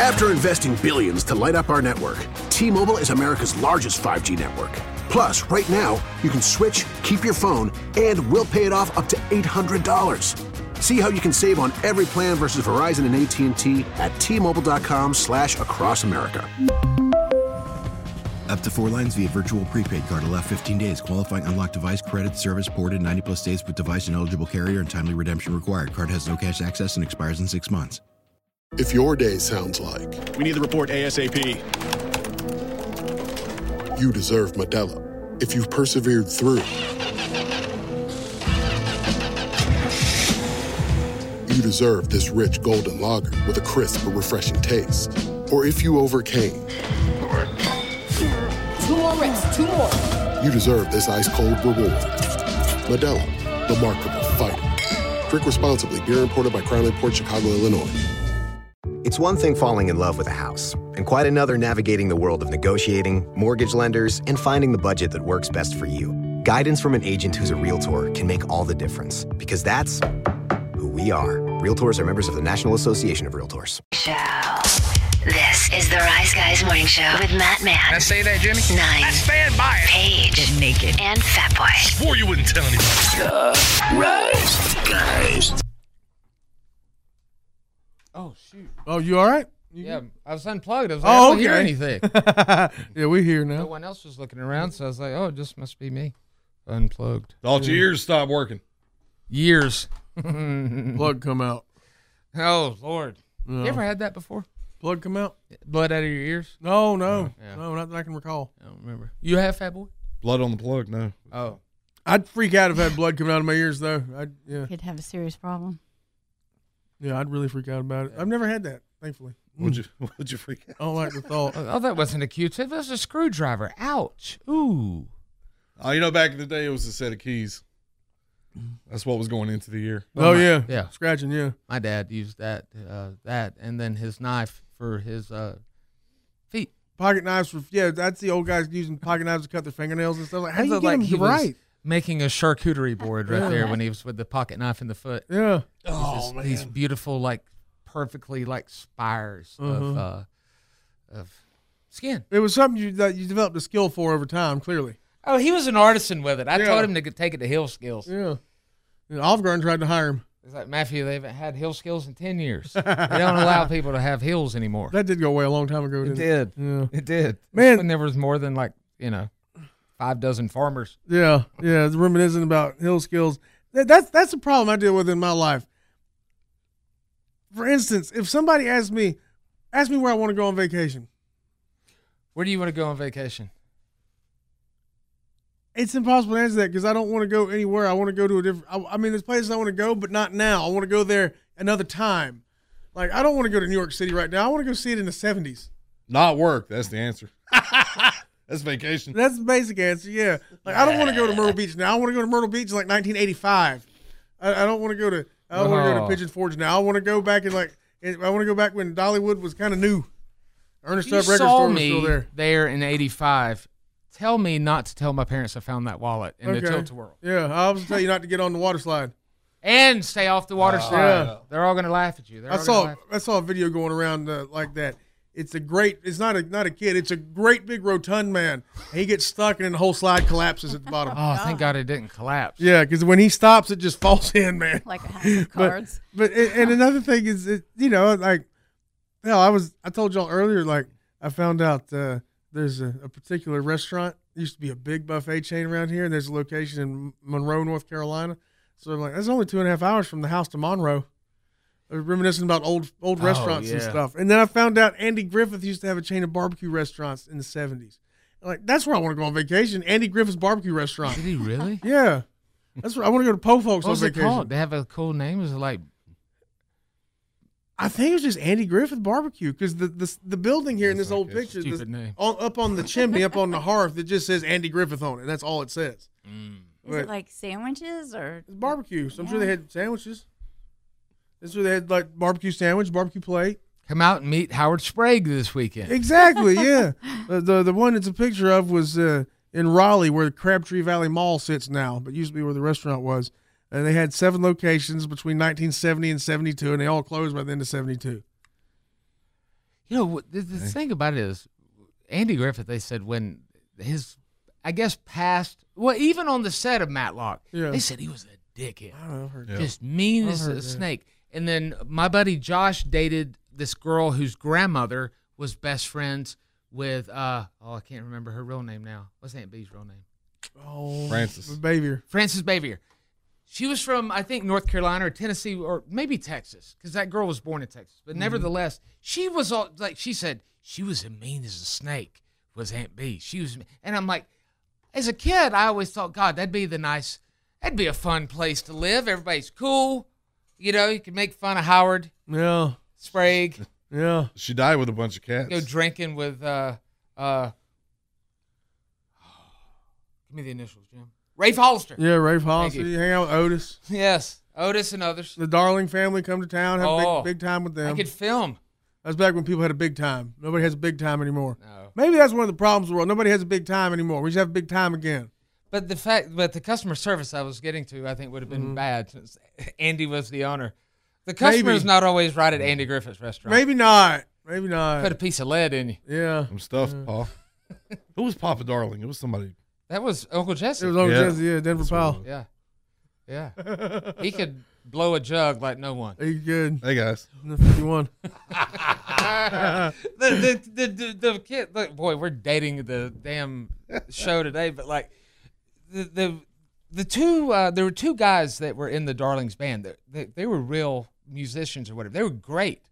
Speaker 17: After investing billions to light up our network, T Mobile is America's largest 5G network. Plus, right now, you can switch, keep your phone, and we'll pay it off up to $800. See how you can save on every plan versus Verizon and AT&T at tmobile.com slash across America.
Speaker 18: Up to four lines via virtual prepaid card. Allow 15 days. Qualifying unlocked device credit service ported 90 plus days with device and eligible carrier and timely redemption required. Card has no cash access and expires in six months.
Speaker 19: If your day sounds like
Speaker 20: We need the report ASAP.
Speaker 19: you deserve Medella, if you've persevered through, you deserve this rich golden lager with a crisp but refreshing taste. Or if you overcame,
Speaker 21: Two more reps, two more.
Speaker 19: you deserve this ice cold reward. Medella, the mark of a fighter. Drink responsibly. Beer imported by Crown Port Chicago, Illinois.
Speaker 3: It's one thing falling in love with a house, and quite another navigating the world of negotiating, mortgage lenders, and finding the budget that works best for you. Guidance from an agent who's a realtor can make all the difference, because that's who we are. Realtors are members of the National Association of Realtors.
Speaker 12: Show. This is the Rise Guys Morning Show with Matt Mann. Can I say that, Jimmy? Nine. That's fan bias. Paige. Naked. And Fatboy.
Speaker 9: Swore you wouldn't tell anybody.
Speaker 12: Rise Guys.
Speaker 6: Oh shoot.
Speaker 7: Oh, you all right?
Speaker 6: yeah, I was unplugged. I was like, I
Speaker 7: Oh,
Speaker 6: don't hear
Speaker 7: okay.
Speaker 6: anything.
Speaker 7: yeah, we here
Speaker 6: No
Speaker 7: now.
Speaker 6: one else was looking around, so I was like, oh, it just must be me. Unplugged.
Speaker 9: Thought your ears stopped working.
Speaker 6: Years.
Speaker 7: Plug come out.
Speaker 6: Oh Lord.
Speaker 7: No.
Speaker 6: You ever had that before?
Speaker 7: Plug come out.
Speaker 6: Blood out of your ears?
Speaker 7: No, no,
Speaker 6: Yeah.
Speaker 7: no, not that I can recall.
Speaker 6: I don't remember. You have fat boy?
Speaker 9: Blood on the plug, no.
Speaker 6: Oh.
Speaker 7: I'd freak out if I had blood coming out of my ears, though. I'd, yeah,
Speaker 16: Could have a serious problem.
Speaker 7: yeah, I'd really freak out about it. I've never had that, thankfully.
Speaker 9: Would you would you freak out?
Speaker 7: I don't like the thought.
Speaker 6: Oh, that wasn't a Q-tip. That was a screwdriver. Ouch. Ooh.
Speaker 9: Oh, you know, back in the day, it was a set of keys. That's what was going into the ear.
Speaker 7: Oh, yeah,
Speaker 6: yeah.
Speaker 7: scratching. Yeah,
Speaker 6: My dad used that, uh, that, and then his knife for his. Uh, feet.
Speaker 7: Pocket knives for yeah. That's the old guys using pocket knives to cut their fingernails and stuff. Like, how
Speaker 6: I
Speaker 7: do you
Speaker 6: look
Speaker 7: get
Speaker 6: he
Speaker 7: them
Speaker 6: was
Speaker 7: right?
Speaker 6: Making a charcuterie board right
Speaker 7: Yeah.
Speaker 6: there when he was with the pocket knife in the foot.
Speaker 7: Yeah.
Speaker 6: These-
Speaker 7: Oh,
Speaker 6: These
Speaker 7: man.
Speaker 6: beautiful, like perfectly like spires of
Speaker 7: Mhm.
Speaker 6: uh, of skin.
Speaker 7: It was something you that you developed a skill for over time. Clearly,
Speaker 6: Oh, he was an artisan with it. I
Speaker 7: Yeah.
Speaker 6: taught him to get- take it to hill skills.
Speaker 7: yeah. And Olive Garden tried to hire him.
Speaker 6: It's like Matthew, they haven't had hill skills in ten years. they don't allow people to have hills anymore.
Speaker 7: That did go away a long time ago.
Speaker 6: It
Speaker 7: Didn't
Speaker 6: did.
Speaker 7: Yeah.
Speaker 6: It did.
Speaker 7: Man.
Speaker 6: when there was more than like you know five dozen farmers.
Speaker 7: Yeah, yeah. It's reminiscent about hill skills. That, that's that's the problem I deal with in my life. For instance, if somebody asks me, ask me where I want to go on vacation,
Speaker 6: Where do you want to go on vacation?
Speaker 7: it's impossible to answer that because I don't want to go anywhere. I want to go to a different. I, I mean, there's places I want to go, but not now. I want to go there another time. Like I don't want to go to New York City right now. I want to go see it in the '70s.
Speaker 9: Not work. That's the answer. that's vacation.
Speaker 7: That's the basic answer. Yeah. Like I don't want to go to Myrtle Beach now. I want to go to Myrtle Beach in like 1985. I, I don't want to go to. I don't want to go
Speaker 6: Oh.
Speaker 7: to Pigeon Forge now. I want to go back in like. I want to go back when Dollywood was kind of new. Ernest
Speaker 6: You
Speaker 7: Tubb Record
Speaker 6: saw
Speaker 7: Store was
Speaker 6: me
Speaker 7: still there.
Speaker 6: in '85. Tell me not to tell my parents I found that wallet in the tilt a whirl
Speaker 7: Yeah, I was tell you not to get on the water slide.
Speaker 6: and stay off the water
Speaker 7: Oh,
Speaker 6: slide.
Speaker 7: yeah.
Speaker 6: They're all gonna laugh at you. They're
Speaker 7: I
Speaker 6: all gonna
Speaker 7: saw
Speaker 6: laugh.
Speaker 7: I saw a video going around uh, like that. It's a great. It's not a not a kid. It's a great big rotund man. He gets stuck and then the whole slide collapses at the bottom.
Speaker 6: Oh, thank God it didn't collapse.
Speaker 7: Yeah, because when he stops, it just falls in, man.
Speaker 16: Like a house of cards.
Speaker 7: But, but and another thing is, it, you know, like, hell, I was I told y'all earlier, like, I found out uh, there's a, a particular restaurant it used to be a big buffet chain around here, and there's a location in Monroe, North Carolina. So I'm like, that's only two and a half hours from the house to Monroe. I was reminiscing about old old
Speaker 6: Oh,
Speaker 7: restaurants and
Speaker 6: yeah.
Speaker 7: stuff. And then I found out Andy Griffith used to have a chain of barbecue restaurants in the 70s. I'm like, that's where I want to go on vacation. Andy Griffith's barbecue restaurant.
Speaker 6: Did he really?
Speaker 7: Yeah. That's right. I want to go to Po
Speaker 6: What
Speaker 7: Folks on
Speaker 6: was it
Speaker 7: vacation.
Speaker 6: called? They have a cool name. Is it like
Speaker 7: I think it was just Andy Griffith Barbecue because the, the the building here in
Speaker 6: That's
Speaker 7: this old
Speaker 6: like a
Speaker 7: picture, this,
Speaker 6: stupid name.
Speaker 7: on, up on the chimney, up on the hearth, it just says Andy Griffith on it. That's all it says.
Speaker 16: Mm. Is it like sandwiches or
Speaker 7: It's barbecue, so I'm sure they had sandwiches. That's where they had like barbecue sandwich, barbecue plate.
Speaker 6: come out and meet Howard Sprague this weekend?
Speaker 7: Exactly, yeah. the, the the one it's a picture of was uh, in Raleigh, where the Crabtree Valley Mall sits now, but used to be where the restaurant was. And they had seven locations between 1970 and 72, and they all closed by the end of 72.
Speaker 6: You know, what- the, the thing about it is, Andy Griffith, they said when his, I guess, past, well, even on the set of Matlock,
Speaker 7: Yeah.
Speaker 6: they said he was a dickhead.
Speaker 7: I don't know, I've heard
Speaker 6: Just mean
Speaker 7: I've
Speaker 6: as
Speaker 7: heard
Speaker 6: a
Speaker 7: that.
Speaker 6: snake. And then my buddy Josh dated this girl whose grandmother was best friends with, uh, oh, I can't remember her real name now. What's Aunt B's real name? Mm.
Speaker 7: Oh,
Speaker 9: Francis.
Speaker 7: Baby.
Speaker 6: Frances Bavier. She was from, I think, North Carolina or Tennessee or maybe Texas, because that girl was born in Texas. But
Speaker 7: Mm-hmm.
Speaker 14: Mhm.
Speaker 6: nevertheless, she was all like she said she was as mean as a snake. Was Aunt B? She was, and I'm like, as a kid, I always thought, God, that'd be the nice, that'd be a fun place to live. Everybody's cool, you know. You can make fun of Howard
Speaker 7: Yeah,
Speaker 6: Sprague.
Speaker 7: yeah.
Speaker 9: She died with a bunch of cats.
Speaker 6: Go drinking with, uh, uh, give me the initials, Jim. Rafe Hollister.
Speaker 7: Yeah, Rafe
Speaker 6: Thank
Speaker 7: Hollister.
Speaker 6: you.
Speaker 7: You. hang out with Otis.
Speaker 6: Yes. Otis and others.
Speaker 7: The Darling family come to town, have a
Speaker 6: Oh.
Speaker 7: big, big time with them.
Speaker 6: I could film.
Speaker 7: That's back when people had a big time. Nobody has a big time anymore.
Speaker 6: No.
Speaker 7: Maybe that's one of the problems in the world. Nobody has a big time anymore. We just have a big time again.
Speaker 6: But the fact, but the customer service I was getting to, I think would have been bad since Andy was the owner. The customer is
Speaker 7: Mm-hmm. Maybe.
Speaker 6: not always right at Andy Griffith's restaurant.
Speaker 7: Maybe not. Maybe not.
Speaker 6: Put a piece of lead in you.
Speaker 7: Yeah.
Speaker 9: Some stuff, Paul. Who was Papa Darling? It was somebody.
Speaker 6: That was Uncle Jesse.
Speaker 7: It was Uncle
Speaker 9: Yeah.
Speaker 7: Jesse, yeah, Denver Powell.
Speaker 6: Yeah, yeah. he could blow a jug like no one.
Speaker 7: He good.
Speaker 9: Hey guys.
Speaker 7: The 51.
Speaker 6: the, the, the, the, the kid, look, boy, we're dating the damn show today, but like the the, the two, uh, there were two guys that were in the Darlings band. They, they, they were real musicians or whatever. They were great.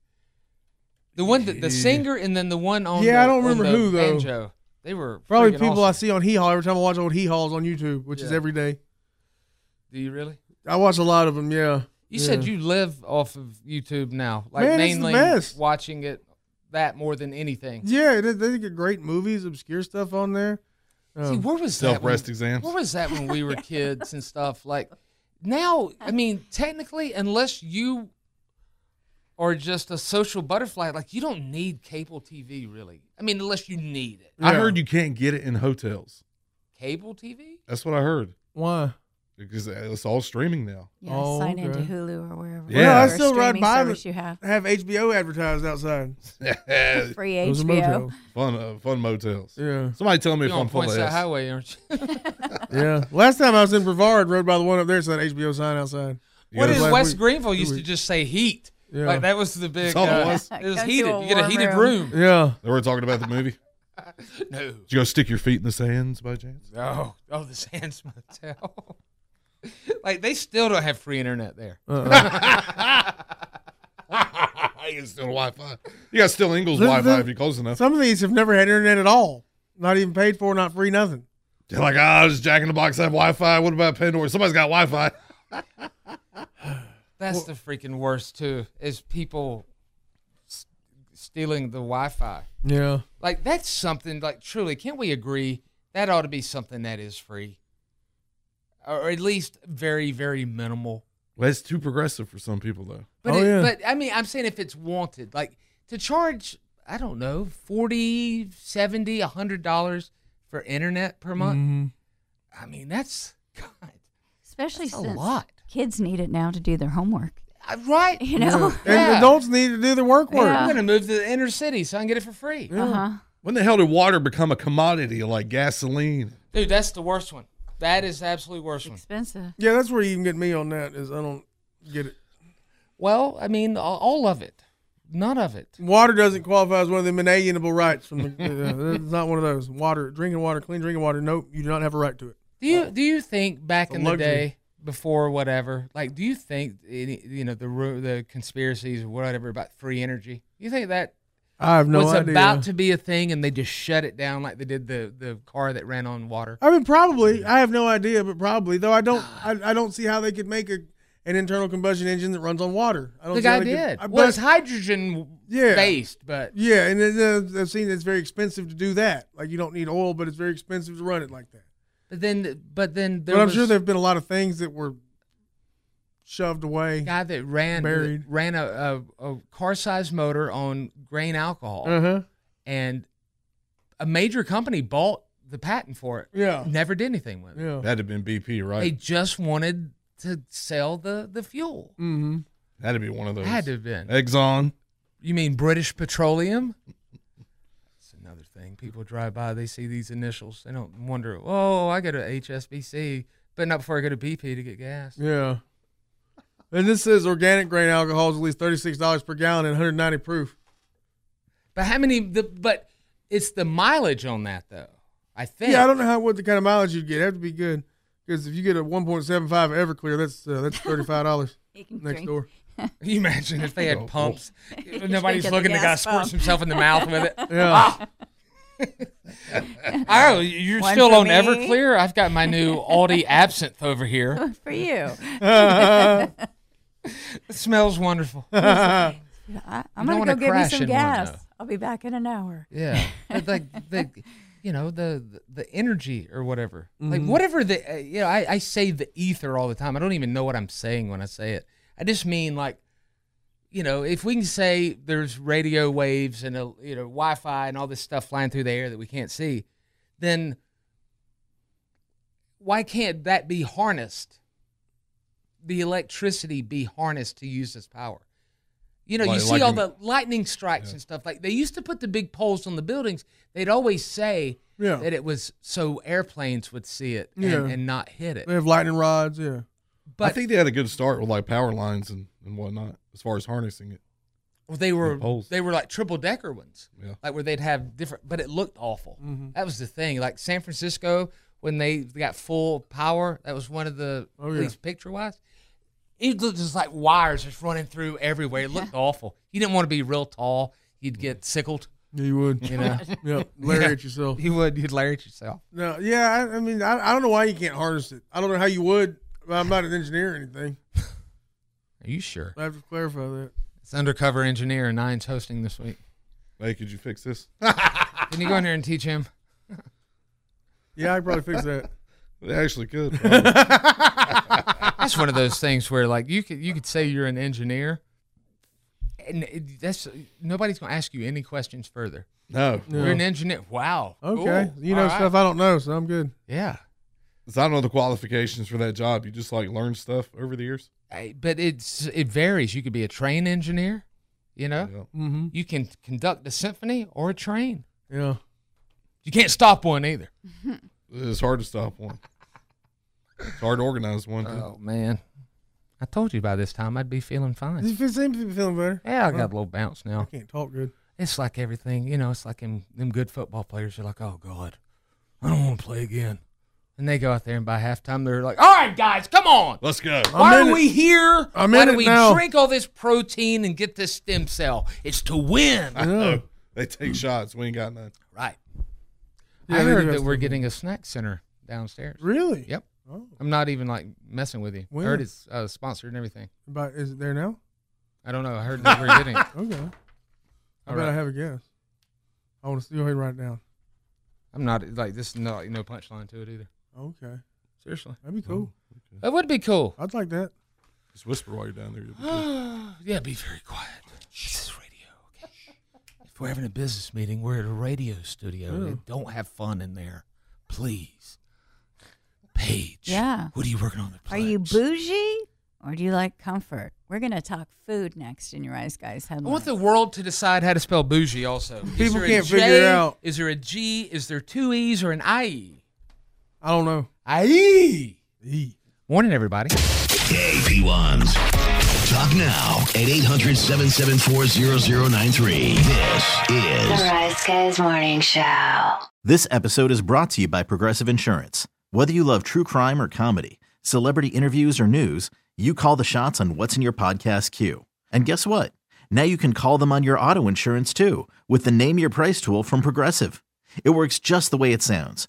Speaker 6: The one, that the singer, and then the one on
Speaker 7: Yeah,
Speaker 6: the,
Speaker 7: I don't
Speaker 6: on
Speaker 7: remember
Speaker 6: the
Speaker 7: who, though.
Speaker 6: banjo. They were
Speaker 7: Probably
Speaker 6: freaking
Speaker 7: people
Speaker 6: awesome.
Speaker 7: I see on Hee Haw every time I watch old Hee Haws on YouTube, which is
Speaker 6: Yeah.
Speaker 7: every day.
Speaker 6: Do you really?
Speaker 7: I watch a lot of them, yeah.
Speaker 6: You said
Speaker 7: Yeah.
Speaker 6: you live off of YouTube now, like
Speaker 7: Man, it's the
Speaker 6: mainly
Speaker 7: best.
Speaker 6: watching it that more than anything.
Speaker 7: Yeah, they, they get great movies, obscure stuff on there.
Speaker 6: See,
Speaker 7: Um,
Speaker 6: where was that? when- Where was that when we were kids and stuff? Like now, I mean, technically, unless you are just a social butterfly, like you don't need cable TV really. I mean, unless you need it.
Speaker 9: I heard you can't get it in hotels.
Speaker 6: Cable TV?
Speaker 9: That's what I heard.
Speaker 7: Why? Oh,
Speaker 9: Because it's all streaming now.
Speaker 16: Yeah, sign into
Speaker 7: okay.
Speaker 16: Hulu or wherever.
Speaker 9: Yeah.
Speaker 7: I
Speaker 16: whatever
Speaker 7: still ride
Speaker 16: streaming
Speaker 7: by
Speaker 16: service
Speaker 7: the,
Speaker 16: you have.
Speaker 7: have HBO advertised outside.
Speaker 16: Free
Speaker 9: It was a
Speaker 16: HBO.
Speaker 9: motel. Fun, uh, fun motels.
Speaker 7: Yeah.
Speaker 9: Somebody tell me
Speaker 6: You're
Speaker 9: if
Speaker 6: on
Speaker 9: I'm full of
Speaker 6: Poinsett
Speaker 9: ass.
Speaker 6: Highway, aren't you?
Speaker 7: yeah. Last time I was in Brevard, rode by the one up there, said HBO sign outside.
Speaker 6: What
Speaker 7: It was
Speaker 6: is
Speaker 7: last
Speaker 6: West
Speaker 7: week-
Speaker 6: Greenville
Speaker 7: two
Speaker 6: used to
Speaker 7: weeks.
Speaker 6: just say heat.
Speaker 7: Yeah.
Speaker 6: Like that was the big.
Speaker 9: That's all
Speaker 6: uh,
Speaker 9: it was.
Speaker 6: It was
Speaker 16: Go to
Speaker 6: heated.
Speaker 16: a
Speaker 6: You get a
Speaker 16: warm
Speaker 6: heated
Speaker 16: room.
Speaker 6: room.
Speaker 7: Yeah.
Speaker 9: They were talking about the movie.
Speaker 6: No.
Speaker 9: Did you go stick your feet in the sands by chance?
Speaker 6: Oh, oh, the Sands Motel. like they still don't have free internet there.
Speaker 9: you can steal Wi-Fi. You got still Ingles
Speaker 7: Some of
Speaker 9: Wi-Fi
Speaker 7: them-
Speaker 9: if you're close enough.
Speaker 7: Some of these have never had internet at all. Not even paid for, not free, nothing.
Speaker 9: They're like, ah, does Jack in the Box have Wi-Fi? What about Pandora? Somebody's got Wi-Fi.
Speaker 6: That's the freaking worst too. Is people s- stealing the Wi-Fi?
Speaker 7: Yeah.
Speaker 6: Like that's something. Like truly, can't we agree that ought to be something that is free, or at least very, very minimal.
Speaker 9: Well, that's too progressive for some people, though.
Speaker 6: But
Speaker 7: Oh,
Speaker 6: it, but I mean, I'm saying if it's wanted, like to charge, I don't know, 40, 70, 100 dollars for internet per month.
Speaker 7: Mhm.
Speaker 6: I mean, that's
Speaker 16: Especially
Speaker 6: That's a
Speaker 16: since
Speaker 6: lot.
Speaker 16: kids need it now to do their homework.
Speaker 6: I- right.
Speaker 16: You know?
Speaker 7: And
Speaker 6: Yeah.
Speaker 7: adults need to do their work work.
Speaker 6: I'm gonna move to the inner city so I can get it for free.
Speaker 16: Uh-huh.
Speaker 9: When the hell did water become a commodity like gasoline?
Speaker 6: Dude, that's the worst one. That is the absolute worst one.
Speaker 16: Expensive.
Speaker 7: Yeah, that's where you can get me on that. Is I don't get it.
Speaker 6: Well, I mean, all- all of it, none of it.
Speaker 7: Water doesn't qualify as one of the inalienable rights. From the, uh, it's not one of those. Water, drinking water, clean drinking water. Nope, you do not have a right to it.
Speaker 6: Do you do you think back
Speaker 7: It's a
Speaker 6: in the
Speaker 7: luxury.
Speaker 6: day before whatever, like do you think any, you know the ru- the conspiracies or whatever about free energy? You think that
Speaker 7: I have no
Speaker 6: was
Speaker 7: idea.
Speaker 6: about to be a thing and they just shut it down like they did the the car that ran on water?
Speaker 7: I mean, probably. I have no idea, but probably though. I don't. I, I don't see how they could make a an internal combustion engine that runs on water. I don't
Speaker 6: The
Speaker 7: see how
Speaker 6: guy
Speaker 7: they could-
Speaker 6: did.
Speaker 7: I-
Speaker 6: well,
Speaker 7: but-
Speaker 6: it's hydrogen
Speaker 7: Yeah.
Speaker 6: based, but
Speaker 7: yeah, and then, uh, I've seen it's very expensive to do that. Like you don't need oil, but it's very expensive to run it like that.
Speaker 6: but then but then there
Speaker 7: But I'm
Speaker 6: was
Speaker 7: sure there have been a lot of things that were shoved away.
Speaker 6: a guy that ran
Speaker 7: buried.
Speaker 6: ran a, a, a car sized motor on grain alcohol,
Speaker 7: Uh-huh.
Speaker 6: and a major company bought the patent for it.
Speaker 7: Yeah.
Speaker 6: never did anything with it.
Speaker 7: Yeah.
Speaker 9: That'd have been BP, right?
Speaker 6: They just wanted to sell the the fuel.
Speaker 7: Mm-hmm.
Speaker 9: That'd be one of those.
Speaker 6: Had to have been.
Speaker 9: Exxon.
Speaker 6: You mean British Petroleum? That's another thing. People drive by, they see these initials, they don't wonder. Oh, I go to HSBC, but not before I go to BP to get gas.
Speaker 7: Yeah. And this says organic grain alcohol is at least thirty six dollars per gallon and 190 proof.
Speaker 6: But how many? The, but it's the mileage on that though. I think.
Speaker 7: Yeah, I don't know how what the kind of mileage you'd get. It'd have to be good because if you get a 1.75 Everclear, that's uh, that's thirty five dollars next door.
Speaker 6: Can you imagine if they
Speaker 7: Oh,
Speaker 6: had pumps? Nobody's
Speaker 7: drinking the
Speaker 6: looking. The guy
Speaker 7: gas
Speaker 6: squirts
Speaker 7: pump.
Speaker 6: himself in the mouth with it.
Speaker 7: Yeah.
Speaker 6: Ah. oh, you're
Speaker 16: One
Speaker 6: still
Speaker 16: for
Speaker 6: on
Speaker 16: me.
Speaker 6: Everclear. I've got my new Aldi Absinthe over here.
Speaker 16: Good for you.
Speaker 6: It smells wonderful.
Speaker 16: I,
Speaker 6: You don't
Speaker 16: I'm going to
Speaker 6: wanna
Speaker 16: go give you
Speaker 6: crash
Speaker 16: some
Speaker 6: in one,
Speaker 16: gas.
Speaker 6: though.
Speaker 16: I'll be back in an hour.
Speaker 6: Yeah, but like the you know the the, the energy or whatever like
Speaker 22: Mhm.
Speaker 6: whatever the uh, you know I, I say the ether all the time i don't even know what i'm saying when i say it i just mean like you know if we can say there's radio waves and uh, you know wi-fi and all this stuff flying through the air that we can't see then why can't that be harnessed the electricity be harnessed to use as power you know,
Speaker 9: Like-
Speaker 6: you see
Speaker 9: like
Speaker 6: all
Speaker 9: in-
Speaker 6: the lightning strikes and stuff. Like they used to put the big poles on the buildings. They'd always say
Speaker 7: Yeah.
Speaker 6: that it was so airplanes would see it and,
Speaker 7: Yeah.
Speaker 6: and not hit it.
Speaker 7: They have lightning rods. Yeah.
Speaker 9: I think they had a good start with like power lines and, and whatnot as far as harnessing it.
Speaker 6: Well, they were
Speaker 9: poles.
Speaker 6: they were like triple decker ones,
Speaker 9: Yeah.
Speaker 6: like where they'd have different, but it looked awful.
Speaker 9: Mhm.
Speaker 6: That was the thing. Like San Francisco when they got full power, that was one of the
Speaker 7: Oh,
Speaker 6: at
Speaker 7: yeah.
Speaker 6: least picture wise. It looked just like wires just running through everywhere. It looked awful. You didn't want to be real tall. You'd get sickled.
Speaker 7: Yeah, you would.
Speaker 6: You know,
Speaker 7: Yeah, Larry at yourself.
Speaker 6: You would. You'd Larry at yourself.
Speaker 7: No, yeah, I, I mean, I, I don't know why you can't harness it. I don't know how you would. but I'm not an engineer or anything.
Speaker 6: Are you sure?
Speaker 7: I have to clarify that.
Speaker 6: It's undercover engineer and Nine's hosting this week.
Speaker 9: Hey, could you fix this?
Speaker 6: Can you go in there and teach him?
Speaker 7: Yeah, I could probably fix that.
Speaker 9: They actually could.
Speaker 6: That's one of those things where like you could you could say you're an engineer, and it, that's nobody's gonna ask you any questions further.
Speaker 9: No.
Speaker 6: you're an engineer. Wow.
Speaker 7: Okay,
Speaker 6: cool.
Speaker 7: you know
Speaker 6: All
Speaker 7: stuff I don't know, so I'm good.
Speaker 6: Yeah.
Speaker 9: I don't know the qualifications for that job. You just like learn stuff over the years.
Speaker 6: right. But it's it varies. You could be a train engineer, you know.
Speaker 7: Mhm.
Speaker 6: You can conduct a symphony or a train.
Speaker 7: Yeah.
Speaker 6: You can't stop one either.
Speaker 9: It's hard to stop one. It's hard to organize one. too.
Speaker 6: Oh man, I told you by this time I'd be feeling fine.
Speaker 7: You feel same people feeling better?
Speaker 6: Yeah, I got a little bounce now.
Speaker 7: I can't talk good.
Speaker 6: It's like everything, you know. It's like them, them good football players. You're like, oh god, I don't want to play again. And they go out there and by halftime they're like, all right, guys, come on.
Speaker 9: Let's go.
Speaker 6: Why
Speaker 9: I'm in
Speaker 6: are
Speaker 9: it.
Speaker 6: we here?
Speaker 9: I'm
Speaker 6: Why
Speaker 9: in
Speaker 6: do
Speaker 9: it
Speaker 6: we
Speaker 9: now."
Speaker 6: drink all this protein and get this stem cell? It's to win.
Speaker 9: I know. They take shots. We ain't got none.
Speaker 6: Right.
Speaker 9: Yeah,
Speaker 6: I
Speaker 9: they do
Speaker 6: heard
Speaker 9: have
Speaker 6: that we're
Speaker 9: stuff.
Speaker 6: getting a snack center downstairs.
Speaker 7: Really?
Speaker 6: Yep.
Speaker 7: Oh.
Speaker 6: I'm not even like messing with you.
Speaker 7: When?
Speaker 6: I heard it's uh, sponsored and everything.
Speaker 7: But is it there now?
Speaker 6: I don't know. I heard that we're getting it.
Speaker 7: Okay. I
Speaker 6: All
Speaker 7: bet I
Speaker 6: right.
Speaker 7: have a guess. I want to go ahead and write it down.
Speaker 6: I'm not like this. Is not like, no punchline to it either.
Speaker 7: Okay.
Speaker 6: Seriously.
Speaker 7: That'd be cool.
Speaker 6: That would be cool.
Speaker 7: I'd like that.
Speaker 9: Oh, Just whisper while you're down there. You'll be good.
Speaker 6: yeah, be very quiet. This is radio. Okay. If we're having a business meeting, we're at a radio studio.
Speaker 22: Yeah.
Speaker 6: Don't have fun in there, please. Paige.
Speaker 16: Yeah.
Speaker 6: What are you working on?
Speaker 16: Are you bougie or do you like comfort? We're going to talk food next in your eyes, guys.
Speaker 6: I
Speaker 16: Headline.
Speaker 6: want the world to decide how to spell bougie. Also, Is
Speaker 7: People
Speaker 6: there a
Speaker 7: can't
Speaker 6: J?
Speaker 7: figure it out.
Speaker 6: Is there a G? Is there two E's or an E? IE?
Speaker 7: I don't know. E.
Speaker 6: IE. E. Morning, everybody.
Speaker 4: Hey, P1s. Talk now at 800 774 0093. This
Speaker 12: The
Speaker 4: is.
Speaker 12: Rise Guys Morning Show.
Speaker 13: This episode is brought to you by Progressive Insurance. Whether you love true crime or comedy, celebrity interviews or news, you call the shots on what's in your podcast queue. And guess what? Now you can call them on your auto insurance too with the Name Your Price tool from Progressive. It works just the way it sounds.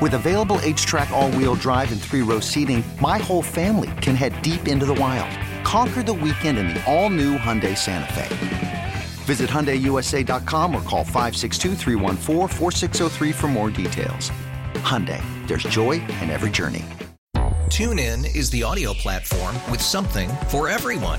Speaker 23: With available H track, all wheel drive, and three row seating, my whole family can head deep into the wild. Conquer the weekend in the all new Hyundai Santa Fe. Visit HyundaiUSA.com or call 562-314-4603 for more details. Hyundai, there's joy in every journey.
Speaker 2: TuneIn is the audio platform with something for everyone.